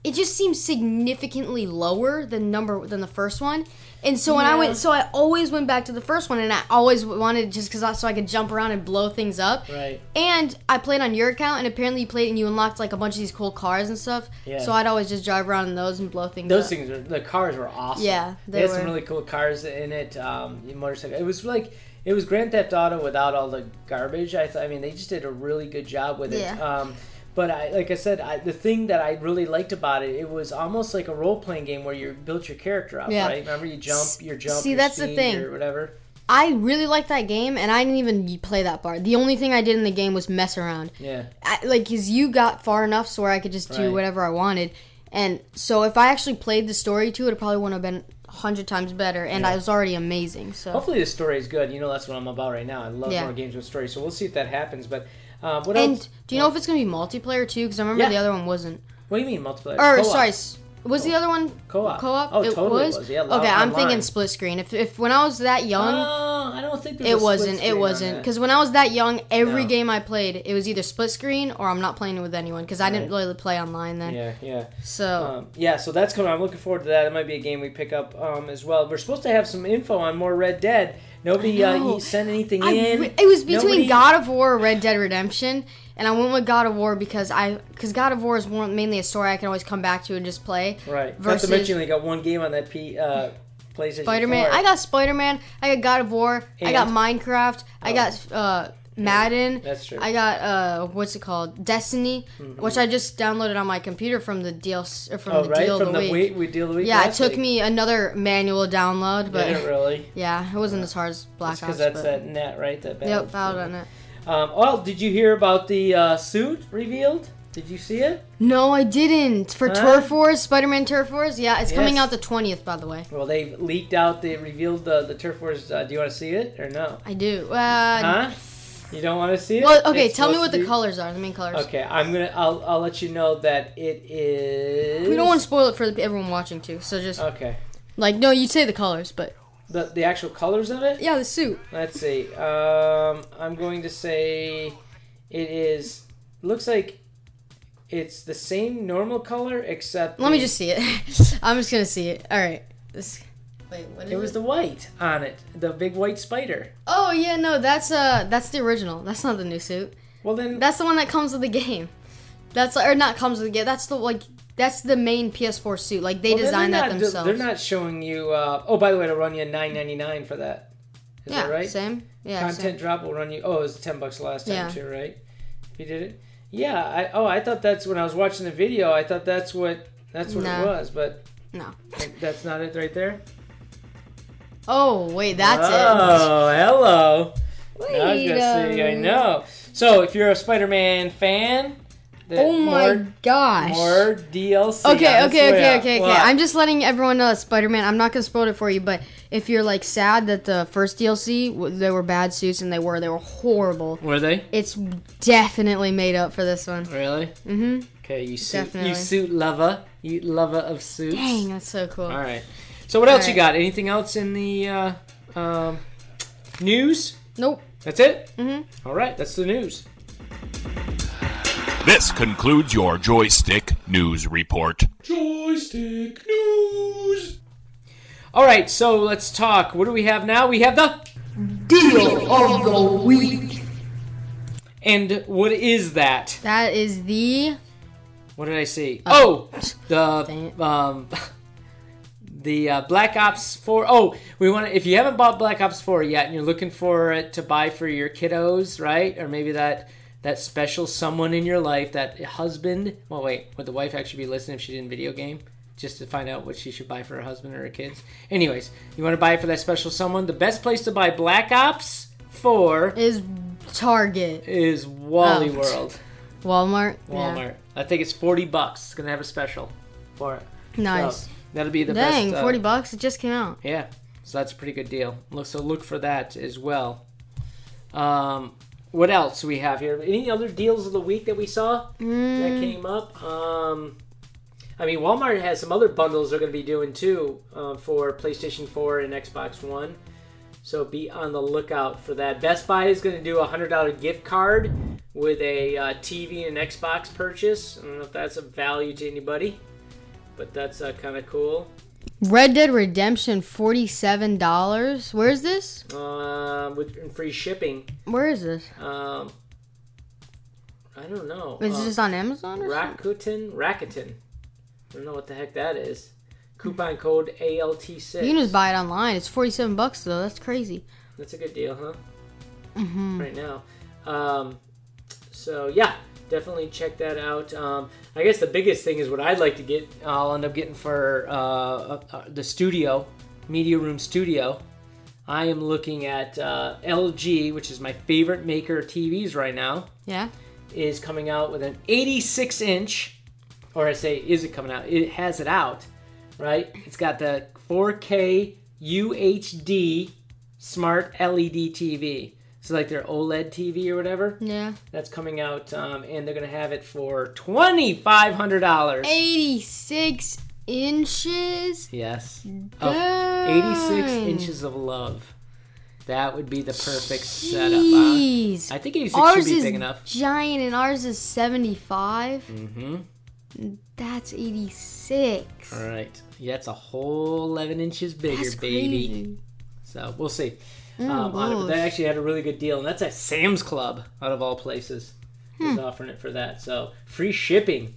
Speaker 4: It just seems significantly lower than number than the first one. And so when I went, so I always went back to the first one, and I always wanted just because so I could jump around and blow things up.
Speaker 3: Right.
Speaker 4: And I played on your account, and apparently you played and you unlocked like a bunch of these cool cars and stuff.
Speaker 3: Yeah.
Speaker 4: So I'd always just drive around in those and blow things
Speaker 3: Those
Speaker 4: up.
Speaker 3: things were the cars were awesome.
Speaker 4: Yeah,
Speaker 3: they,
Speaker 4: they
Speaker 3: had
Speaker 4: were.
Speaker 3: some really cool cars in it. Um, in motorcycle. It was like it was Grand Theft Auto without all the garbage. I, th- I mean, they just did a really good job with it.
Speaker 4: Yeah.
Speaker 3: Um, but I, like I said, I, the thing that I really liked about it, it was almost like a role playing game where you built your character up.
Speaker 4: Yeah.
Speaker 3: Right? Remember, you jump, your jump.
Speaker 4: see,
Speaker 3: your
Speaker 4: that's the
Speaker 3: speed,
Speaker 4: thing.
Speaker 3: Your whatever.
Speaker 4: I really liked that game, and I didn't even play that part. The only thing I did in the game was mess around.
Speaker 3: Yeah.
Speaker 4: I, like, cause you got far enough so where I could just do
Speaker 3: Right.
Speaker 4: whatever I wanted. And so if I actually played the story too, it probably wouldn't have been a hundred times better. And I was already amazing. So
Speaker 3: Hopefully, the story is good. You know, that's what I'm about right now. I love
Speaker 4: Oh. Yeah.
Speaker 3: more games with stories, so we'll see if that happens. But uh, what
Speaker 4: and
Speaker 3: else?
Speaker 4: do you know if it's gonna be multiplayer too? Because I remember
Speaker 3: Yeah.
Speaker 4: the other one wasn't.
Speaker 3: What do you mean multiplayer?
Speaker 4: Or
Speaker 3: Co-op.
Speaker 4: sorry, s- was the other one
Speaker 3: Co-op.
Speaker 4: Co-op.
Speaker 3: Oh, totally was. Yeah,
Speaker 4: okay, I'm
Speaker 3: online.
Speaker 4: thinking split screen. If, if when I was that young,
Speaker 3: Oh, I don't think there's a
Speaker 4: it
Speaker 3: split
Speaker 4: wasn't.
Speaker 3: screen
Speaker 4: It
Speaker 3: on
Speaker 4: wasn't
Speaker 3: that.
Speaker 4: because when I was that young, every
Speaker 3: No.
Speaker 4: game I played, it was either split screen or I'm not playing with anyone because I didn't really play online then.
Speaker 3: Yeah, yeah,
Speaker 4: So
Speaker 3: um, yeah. So that's coming. I'm looking forward to that. It might be a game we pick up um, as well. We're supposed to have some info on more Red Dead. Nobody
Speaker 4: I
Speaker 3: uh,
Speaker 4: know.
Speaker 3: you sent anything
Speaker 4: I
Speaker 3: in.
Speaker 4: re- it was between
Speaker 3: Nobody-
Speaker 4: God of War or Red Dead Redemption, and I went with God of War because I because God of War is more, mainly a story I can always come back to and just play.
Speaker 3: Right. Not
Speaker 4: versus-
Speaker 3: to mention, they got one game on that P, uh, PlayStation.
Speaker 4: Spider Man.
Speaker 3: 4.
Speaker 4: I got Spider Man. I got God of War. I got
Speaker 3: And- Oh.
Speaker 4: Minecraft. I got uh, Madden.
Speaker 3: That's true.
Speaker 4: I got uh, what's it called? Destiny, which I just downloaded on my computer from the deal or from
Speaker 3: Mm-hmm. Oh,
Speaker 4: the
Speaker 3: right
Speaker 4: deal
Speaker 3: from
Speaker 4: of
Speaker 3: the
Speaker 4: the,
Speaker 3: week.
Speaker 4: week.
Speaker 3: we deal of the week.
Speaker 4: Yeah, it
Speaker 3: last
Speaker 4: took
Speaker 3: week.
Speaker 4: me another manual download,
Speaker 3: Did it
Speaker 4: but
Speaker 3: really?
Speaker 4: yeah, it wasn't as hard as Black
Speaker 3: Because
Speaker 4: Ops.
Speaker 3: that's
Speaker 4: but-
Speaker 3: that net, right? That
Speaker 4: Yep,
Speaker 3: Battlefield.
Speaker 4: Battle.net. it.
Speaker 3: Um, oh, did you hear about the uh, suit revealed? Did you see it?
Speaker 4: No, I didn't. For
Speaker 3: Huh?
Speaker 4: Turf Wars, Spider-Man Turf Wars. Yeah, it's coming
Speaker 3: Yes.
Speaker 4: out the twentieth, by the way.
Speaker 3: Well, they leaked out. They revealed the the turf wars. Uh, do you want to see it or no?
Speaker 4: I do. Uh,
Speaker 3: Huh? You don't want to see it?
Speaker 4: Well, okay.
Speaker 3: It's
Speaker 4: tell me
Speaker 3: supposed
Speaker 4: what
Speaker 3: to
Speaker 4: the
Speaker 3: be-
Speaker 4: colors are. The main colors.
Speaker 3: Okay, I'm gonna. I'll, I'll let you know that it is.
Speaker 4: We don't want to spoil it for the, everyone watching too. So just
Speaker 3: Okay.
Speaker 4: like, no, you say the colors, but
Speaker 3: The the actual colors of it.
Speaker 4: yeah, the suit.
Speaker 3: Let's see. Um, I'm going to say it is. Looks like it's the same normal color except.
Speaker 4: Let me
Speaker 3: the-
Speaker 4: just see it.
Speaker 3: *laughs*
Speaker 4: *laughs* I'm just gonna see it. All right. This, wait, what is
Speaker 3: It was the white on it. The big white spider.
Speaker 4: oh yeah, no, that's uh, that's the original. That's not the new suit.
Speaker 3: Well then.
Speaker 4: That's the one that comes with the game. That's or not comes with the game. That's the like. That's the main PS4 suit. Like they
Speaker 3: well, then
Speaker 4: designed
Speaker 3: they're
Speaker 4: that
Speaker 3: not-
Speaker 4: themselves.
Speaker 3: They're not showing you. Uh, oh, by the way, it'll run you 9.99 for that. Is
Speaker 4: yeah,
Speaker 3: that right?
Speaker 4: same. Yeah, same.
Speaker 3: content drop will run you. Oh, it was ten bucks last time
Speaker 4: Yeah.
Speaker 3: too, right? If you did it, yeah. I oh, I thought that's when I was watching the video. I thought that's what that's what
Speaker 4: No.
Speaker 3: it was, but
Speaker 4: No.
Speaker 3: that's not it right there.
Speaker 4: Oh wait, that's it.
Speaker 3: oh, hello.
Speaker 4: Wait uh,
Speaker 3: Now I was gonna see. I
Speaker 4: a-
Speaker 3: know. So if you're a Spider-Man fan, the
Speaker 4: Oh my
Speaker 3: more,
Speaker 4: gosh.
Speaker 3: more DLC.
Speaker 4: Okay, okay, okay,
Speaker 3: on its way out.
Speaker 4: okay, okay.
Speaker 3: What?
Speaker 4: I'm just letting everyone know that Spider-Man. I'm not gonna spoil it for you, but if you're like sad that the first DLC w- they were bad suits and they were they were horrible,
Speaker 3: Were they
Speaker 4: it's definitely made up for this one.
Speaker 3: really?
Speaker 4: Mhm.
Speaker 3: Okay, you suit
Speaker 4: Definitely.
Speaker 3: you suit lover, you lover of suits.
Speaker 4: Dang, that's so cool.
Speaker 3: All right. So what else
Speaker 4: All
Speaker 3: you got? Anything else in the uh, um, news?
Speaker 4: Nope.
Speaker 3: That's it.
Speaker 4: Mhm.
Speaker 3: All right, that's the news.
Speaker 1: This concludes your joystick news report.
Speaker 2: Joystick News.
Speaker 3: All right, so let's talk. What do we have now? We have the
Speaker 5: Deal of the Week.
Speaker 3: and what is that?
Speaker 4: That is the
Speaker 3: What did I see?
Speaker 4: Uh,
Speaker 3: Oh,
Speaker 4: dang it.
Speaker 3: the um, *laughs* the uh, Black Ops Four. Oh, we want to. If you haven't bought Black Ops Four yet, and you're looking for it to buy for your kiddos, right? Or maybe that that special someone in your life, that husband. Well, wait, would the wife actually be listening if she didn't video game? Just to find out what she should buy for her husband or her kids. Anyways, you want to buy it for that special someone. The best place to buy Black Ops Four
Speaker 4: is Target,
Speaker 3: is Wally
Speaker 4: Oh.
Speaker 3: World,
Speaker 4: Walmart. Yeah.
Speaker 3: Walmart. I think it's forty bucks. It's gonna have a special for it.
Speaker 4: Nice.
Speaker 3: So, that'll be the
Speaker 4: Dang,
Speaker 3: best. uh,
Speaker 4: forty bucks. It just came out.
Speaker 3: Yeah, so that's a pretty good deal. Look, so look for that as well. Um, what else we have here? Any other deals of the week that we saw that came up? Um, I mean, Walmart has some other bundles they're going to be doing too uh, for PlayStation 4 and Xbox One. So be on the lookout for that. Best Buy is going to do a $100 gift card with a uh, TV and Xbox purchase. I don't know if that's of value to anybody, but that's uh, kind of cool.
Speaker 4: Red Dead Redemption, forty-seven dollars. Where is this?
Speaker 3: Uh, with and free shipping.
Speaker 4: Where is this?
Speaker 3: Um, I don't know.
Speaker 4: Is
Speaker 3: Uh,
Speaker 4: this on Amazon or something?
Speaker 3: Rakuten? Rakuten. I don't know what the heck that is. Coupon code ALT6.
Speaker 4: You can just buy it online. It's forty-seven bucks though. That's crazy.
Speaker 3: That's a good deal, huh? Right now. Um, so, yeah, definitely check that out. Um, I guess the biggest thing is what I'd like to get, I'll end up getting for uh, uh, uh, the studio, Media Room Studio. I am looking at uh, LG, which is my favorite maker of TVs right now.
Speaker 4: Yeah.
Speaker 3: is coming out with an 86 inch, or I say, is it coming out? It has it out, right? It's got the 4K UHD smart E LED TV. So, like their E OLED TV or whatever,
Speaker 4: Yeah.
Speaker 3: that's coming out, um, and they're going to have it for $2,500.
Speaker 4: Eighty-six inches.
Speaker 3: Yes. Of
Speaker 4: Dang.
Speaker 3: 86 Oh, inches of love. That would be the perfect setup. huh?
Speaker 4: Jeez.
Speaker 3: I think 86
Speaker 4: ours
Speaker 3: should be
Speaker 4: is
Speaker 3: big enough.
Speaker 4: giant and ours is 75.
Speaker 3: Mm-hmm.
Speaker 4: That's 86.
Speaker 3: All right. Yeah, it's a whole 11 inches bigger,
Speaker 4: That's
Speaker 3: baby.
Speaker 4: crazy.
Speaker 3: So we'll see.
Speaker 4: Mm,
Speaker 3: um, on it, but
Speaker 4: gosh.
Speaker 3: they actually had a really good deal, and that's at Sam's Club, out of all places, is offering it for that. So free shipping.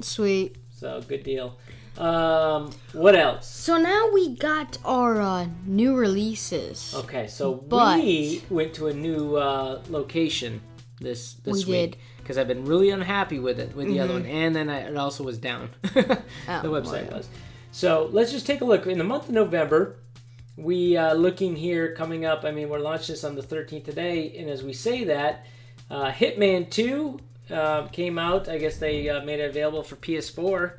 Speaker 4: Sweet.
Speaker 3: So good deal. Um, what else?
Speaker 4: So now we got our uh, new releases.
Speaker 3: Okay, so
Speaker 4: But-
Speaker 3: we went to a new uh, location this this
Speaker 4: We Mm-hmm.
Speaker 3: week because I've been really unhappy with it with the other one, and then I, it also was down. *laughs*
Speaker 4: Oh,
Speaker 3: the website
Speaker 4: well.
Speaker 3: was. So let's just take a look. In the month of November, we uh, looking here coming up. I mean, we're launching this on the 13th today, and as we say that, uh, Hitman 2 uh, came out. I guess they uh, made it available for PS4.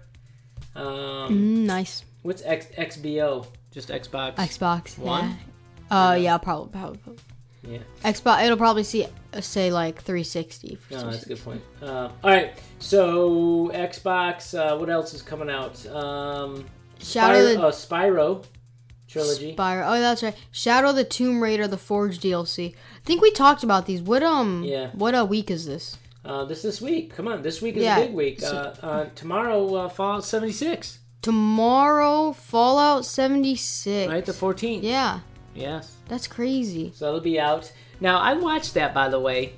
Speaker 3: Um,
Speaker 4: Mm, nice.
Speaker 3: What's X- XBO? Just Xbox.
Speaker 4: Xbox.
Speaker 3: One?
Speaker 4: Yeah. Uh, yeah, probably, probably. probably.
Speaker 3: yeah.
Speaker 4: Xbox. It'll probably see uh, say like 360. For
Speaker 3: No,
Speaker 4: some
Speaker 3: Oh, that's a
Speaker 4: shit.
Speaker 3: good point. Uh, all right, so Xbox. Uh, what else is coming out? Um,
Speaker 4: Shadow
Speaker 3: Spyro,
Speaker 4: the
Speaker 3: uh, Spyro trilogy.
Speaker 4: Spyro. Oh, that's right. Shadow the Tomb Raider, the Forge DLC. I think we talked about these. What um?
Speaker 3: Yeah.
Speaker 4: What a week is this?
Speaker 3: uh, this this week. Come on, this week is
Speaker 4: Yeah,
Speaker 3: a big week. Uh, uh, tomorrow, uh, Fallout 76,
Speaker 4: Tomorrow, Fallout 76.
Speaker 3: right? The 14th.
Speaker 4: Yeah,
Speaker 3: Yes.
Speaker 4: that's crazy.
Speaker 3: So it'll be out. Now I watched that, by the way,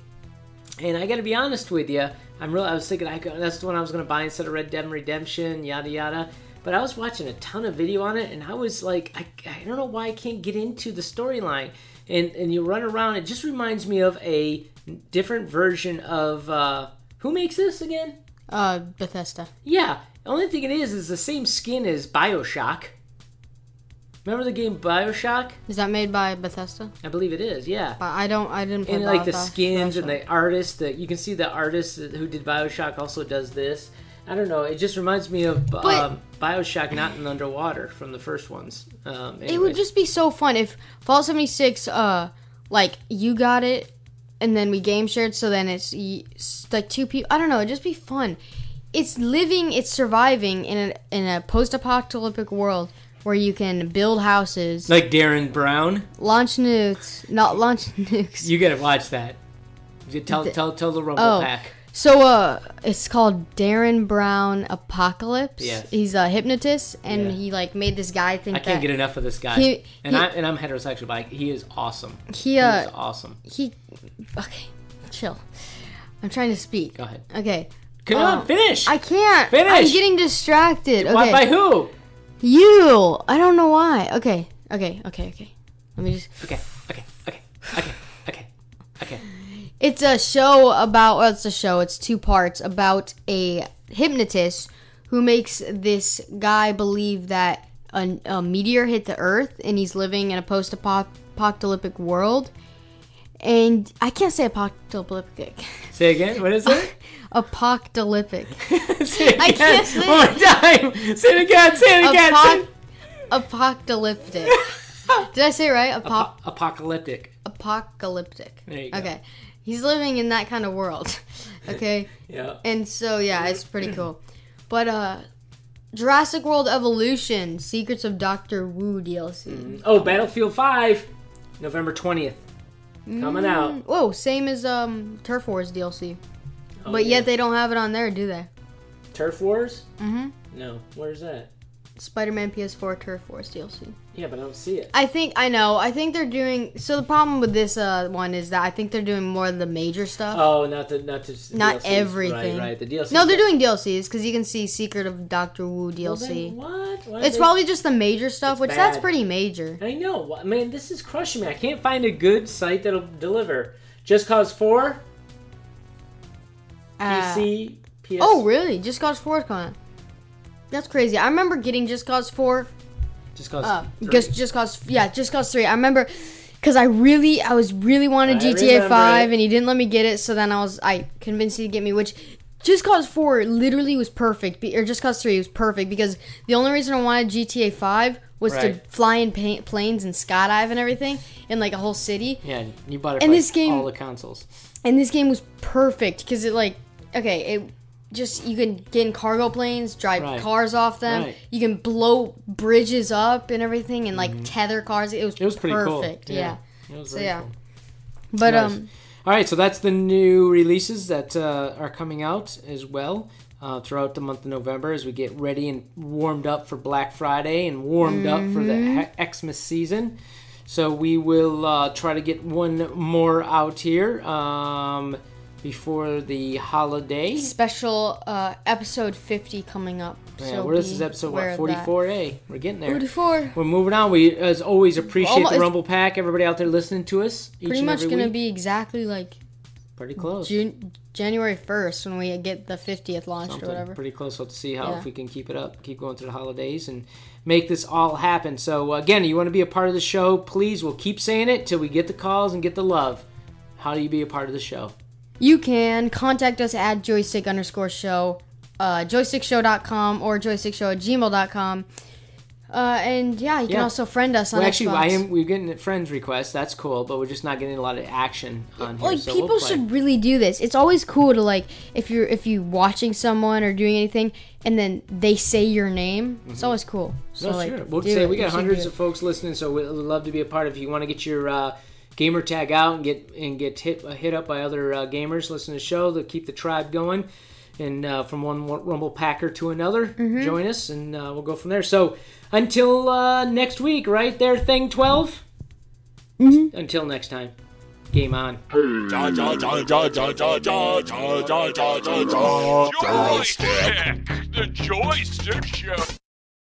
Speaker 3: and I got to be honest with you. I'm really. I was thinking I could, that's the one I was going to buy instead of Red Dead Redemption, yada yada. But I was watching a ton of video on it, and I was like, I, I don't know why I can't get into the storyline. And and you run around. It just reminds me of a different version of uh, who makes this again?
Speaker 4: Uh, Bethesda.
Speaker 3: Yeah. Only thing it is is the same skin as Bioshock. Remember the game Bioshock?
Speaker 4: Is that made by Bethesda?
Speaker 3: I believe it is. Yeah.
Speaker 4: But I don't. I didn't play.
Speaker 3: and like the
Speaker 4: Bioshock.
Speaker 3: skins and the artists that you can see the artist who did bioshock also does this i don't know it just reminds me of um, bioshock not in underwater from the first ones um,
Speaker 4: It would
Speaker 3: anyways.
Speaker 4: just be so fun if Fallout 76. Uh, like you got it, and then we game shared. So then it's, y- it's like two people. I don't know. It'd just be fun. It's living. It's surviving in a in a post apocalyptic world where you can build houses,
Speaker 3: like darren brown
Speaker 4: launch nukes, not launch *laughs* nukes.
Speaker 3: you gotta watch that You tell tell tell the rumble
Speaker 4: Oh.
Speaker 3: pack
Speaker 4: So uh it's called Darren Brown Apocalypse.
Speaker 3: Yes.
Speaker 4: He's a hypnotist and
Speaker 3: Yeah.
Speaker 4: he like made this guy think
Speaker 3: i can't
Speaker 4: that
Speaker 3: get enough of this guy
Speaker 4: He-
Speaker 3: and
Speaker 4: he-
Speaker 3: i and i'm heterosexual but I- he is awesome
Speaker 4: he
Speaker 3: he
Speaker 4: uh
Speaker 3: is awesome
Speaker 4: he okay, chill. I'm trying to speak.
Speaker 3: go ahead
Speaker 4: Okay.
Speaker 3: come
Speaker 4: Uh,
Speaker 3: on finish
Speaker 4: I can't.
Speaker 3: Finish.
Speaker 4: I'm getting distracted.
Speaker 3: Why-
Speaker 4: Okay.
Speaker 3: by who
Speaker 4: you. I don't know why. Okay. Okay. Okay. Okay. Let me just
Speaker 3: okay okay okay okay okay okay
Speaker 4: It's a show about. Well, it's a show. It's two parts about a hypnotist who makes this guy believe that a, a meteor hit the Earth, and he's living in a post-apocalyptic world. And I can't say apocalyptic. *laughs*
Speaker 3: say again what is it
Speaker 4: Apocalyptic.
Speaker 3: *laughs* say it again.
Speaker 4: I can't say
Speaker 3: *laughs* One more time. Say it again. Say it again. *laughs*
Speaker 4: Apoc- apocalyptic. Did I say it right? Apop-
Speaker 3: Apo- apocalyptic.
Speaker 4: apocalyptic.
Speaker 3: There you go.
Speaker 4: Okay. He's living in that kind of world.
Speaker 3: *laughs*
Speaker 4: okay.
Speaker 3: Yeah.
Speaker 4: And so yeah, it's pretty cool. But uh Jurassic World Evolution, Secrets of Doctor Wu DLC.
Speaker 3: Oh, Battlefield 5, November 20th. Coming
Speaker 4: Mm,
Speaker 3: out.
Speaker 4: Whoa, same as um Turf Wars DLC.
Speaker 3: Oh,
Speaker 4: but
Speaker 3: yeah.
Speaker 4: yet they don't have it on there, do they?
Speaker 3: Turf Wars?
Speaker 4: Mhm.
Speaker 3: No. Where's that?
Speaker 4: Spider-Man PS4 Turf Wars DLC.
Speaker 3: Yeah, but I don't see it.
Speaker 4: I think I know. I think they're doing so the problem with this uh one is that I think they're doing more of the major stuff.
Speaker 3: Oh, not the not the
Speaker 4: Not
Speaker 3: DLCs.
Speaker 4: everything.
Speaker 3: Right, right. The DLC.
Speaker 4: no, they're doing DLCs cuz you can see Secret of Doctor Wu
Speaker 3: Well,
Speaker 4: DLC.
Speaker 3: then what? Why
Speaker 4: It's
Speaker 3: they-
Speaker 4: probably just the major stuff,
Speaker 3: It's
Speaker 4: which that's
Speaker 3: bad.
Speaker 4: pretty major.
Speaker 3: I know. Wha- Man, this is crushing me. I can't find a good site that'll deliver. Just Cause 4,
Speaker 4: Uh,
Speaker 3: PC, PS.
Speaker 4: Oh, really? Just Cause 4 is coming. out. That's crazy. I remember getting Just Cause 4.
Speaker 3: Just Cause
Speaker 4: Uh,
Speaker 3: 3.
Speaker 4: just, just Cause, yeah, Just Cause 3. I remember because I really, I was really wanted
Speaker 3: I
Speaker 4: GTA
Speaker 3: remember
Speaker 4: 5,
Speaker 3: it.
Speaker 4: and he didn't let me get it. So then I was, I convinced you to get me, which Just Cause 4 literally was perfect, be- or Just Cause 3 was perfect because the only reason I wanted GTA 5 was
Speaker 3: Right.
Speaker 4: to fly in pa- planes and skydive and everything, in like a whole city.
Speaker 3: yeah, you bought it
Speaker 4: And
Speaker 3: for
Speaker 4: this game-
Speaker 3: all the consoles.
Speaker 4: and this game was perfect because it like okay it just you can get in cargo planes drive
Speaker 3: Right.
Speaker 4: cars off them
Speaker 3: Right.
Speaker 4: you can blow bridges up and everything and like tether cars it was,
Speaker 3: Mm-hmm. It was pretty cool.
Speaker 4: perfect yeah,
Speaker 3: It was
Speaker 4: So,
Speaker 3: very
Speaker 4: yeah.
Speaker 3: cool.
Speaker 4: but
Speaker 3: Nice.
Speaker 4: um
Speaker 3: All right, so that's the new releases that uh, are coming out as well uh, throughout the month of November as we get ready and warmed up for Black Friday and warmed up for the
Speaker 4: Mm-hmm.
Speaker 3: he- Xmas season. So we will uh, try to get one more out here um, before the holiday.
Speaker 4: special uh episode 50 coming up
Speaker 3: Yeah,
Speaker 4: so
Speaker 3: where this
Speaker 4: be
Speaker 3: is episode
Speaker 4: aware
Speaker 3: what
Speaker 4: of
Speaker 3: forty
Speaker 4: that.
Speaker 3: four A. We're getting there.
Speaker 4: 44
Speaker 3: We're moving on. We as always appreciate
Speaker 4: Almost-
Speaker 3: the Rumble Pack. Everybody out there listening to us each
Speaker 4: pretty
Speaker 3: and
Speaker 4: much
Speaker 3: every
Speaker 4: gonna
Speaker 3: week.
Speaker 4: be exactly like
Speaker 3: pretty close.
Speaker 4: june january 1st when we get the 50th launched
Speaker 3: something
Speaker 4: or whatever
Speaker 3: pretty close. We'll have to see how
Speaker 4: Yeah.
Speaker 3: if we can keep it up, keep going through the holidays, and make this all happen. So again, you want to be a part of the show? Please, we'll keep saying it till we get the calls and get the love. How do you be a part of the show?
Speaker 4: You can contact us at joystick underscore show, uh, joystickshow.com or joystickshow at gmail.com. Uh, and yeah, you can
Speaker 3: Yeah.
Speaker 4: also friend us on
Speaker 3: Well, actually,
Speaker 4: Xbox.
Speaker 3: I am. We're getting friends requests. That's cool, but we're just not getting a lot of action on here.
Speaker 4: like
Speaker 3: so we'll
Speaker 4: people
Speaker 3: play.
Speaker 4: should really do this. It's always cool to like if you're if you watching someone or doing anything and then they say your name. It's always cool. So
Speaker 3: Mm-hmm. No,
Speaker 4: like,
Speaker 3: sure. We'll
Speaker 4: do
Speaker 3: say
Speaker 4: it.
Speaker 3: we
Speaker 4: You should
Speaker 3: got
Speaker 4: do
Speaker 3: hundreds
Speaker 4: it.
Speaker 3: of folks listening, so we'd love to be a part. If you want to get your uh, gamer tag out and get and get hit uh, hit up by other uh, gamers listening to the show, to keep the tribe going, and uh, from one Rumble Packer to another,
Speaker 4: Mm-hmm.
Speaker 3: join us, and uh, we'll go from there. So until uh, next week, right there, thing 12
Speaker 4: Mm-hmm.
Speaker 3: Until next time, game on.
Speaker 1: Joystick. The Joystick Show.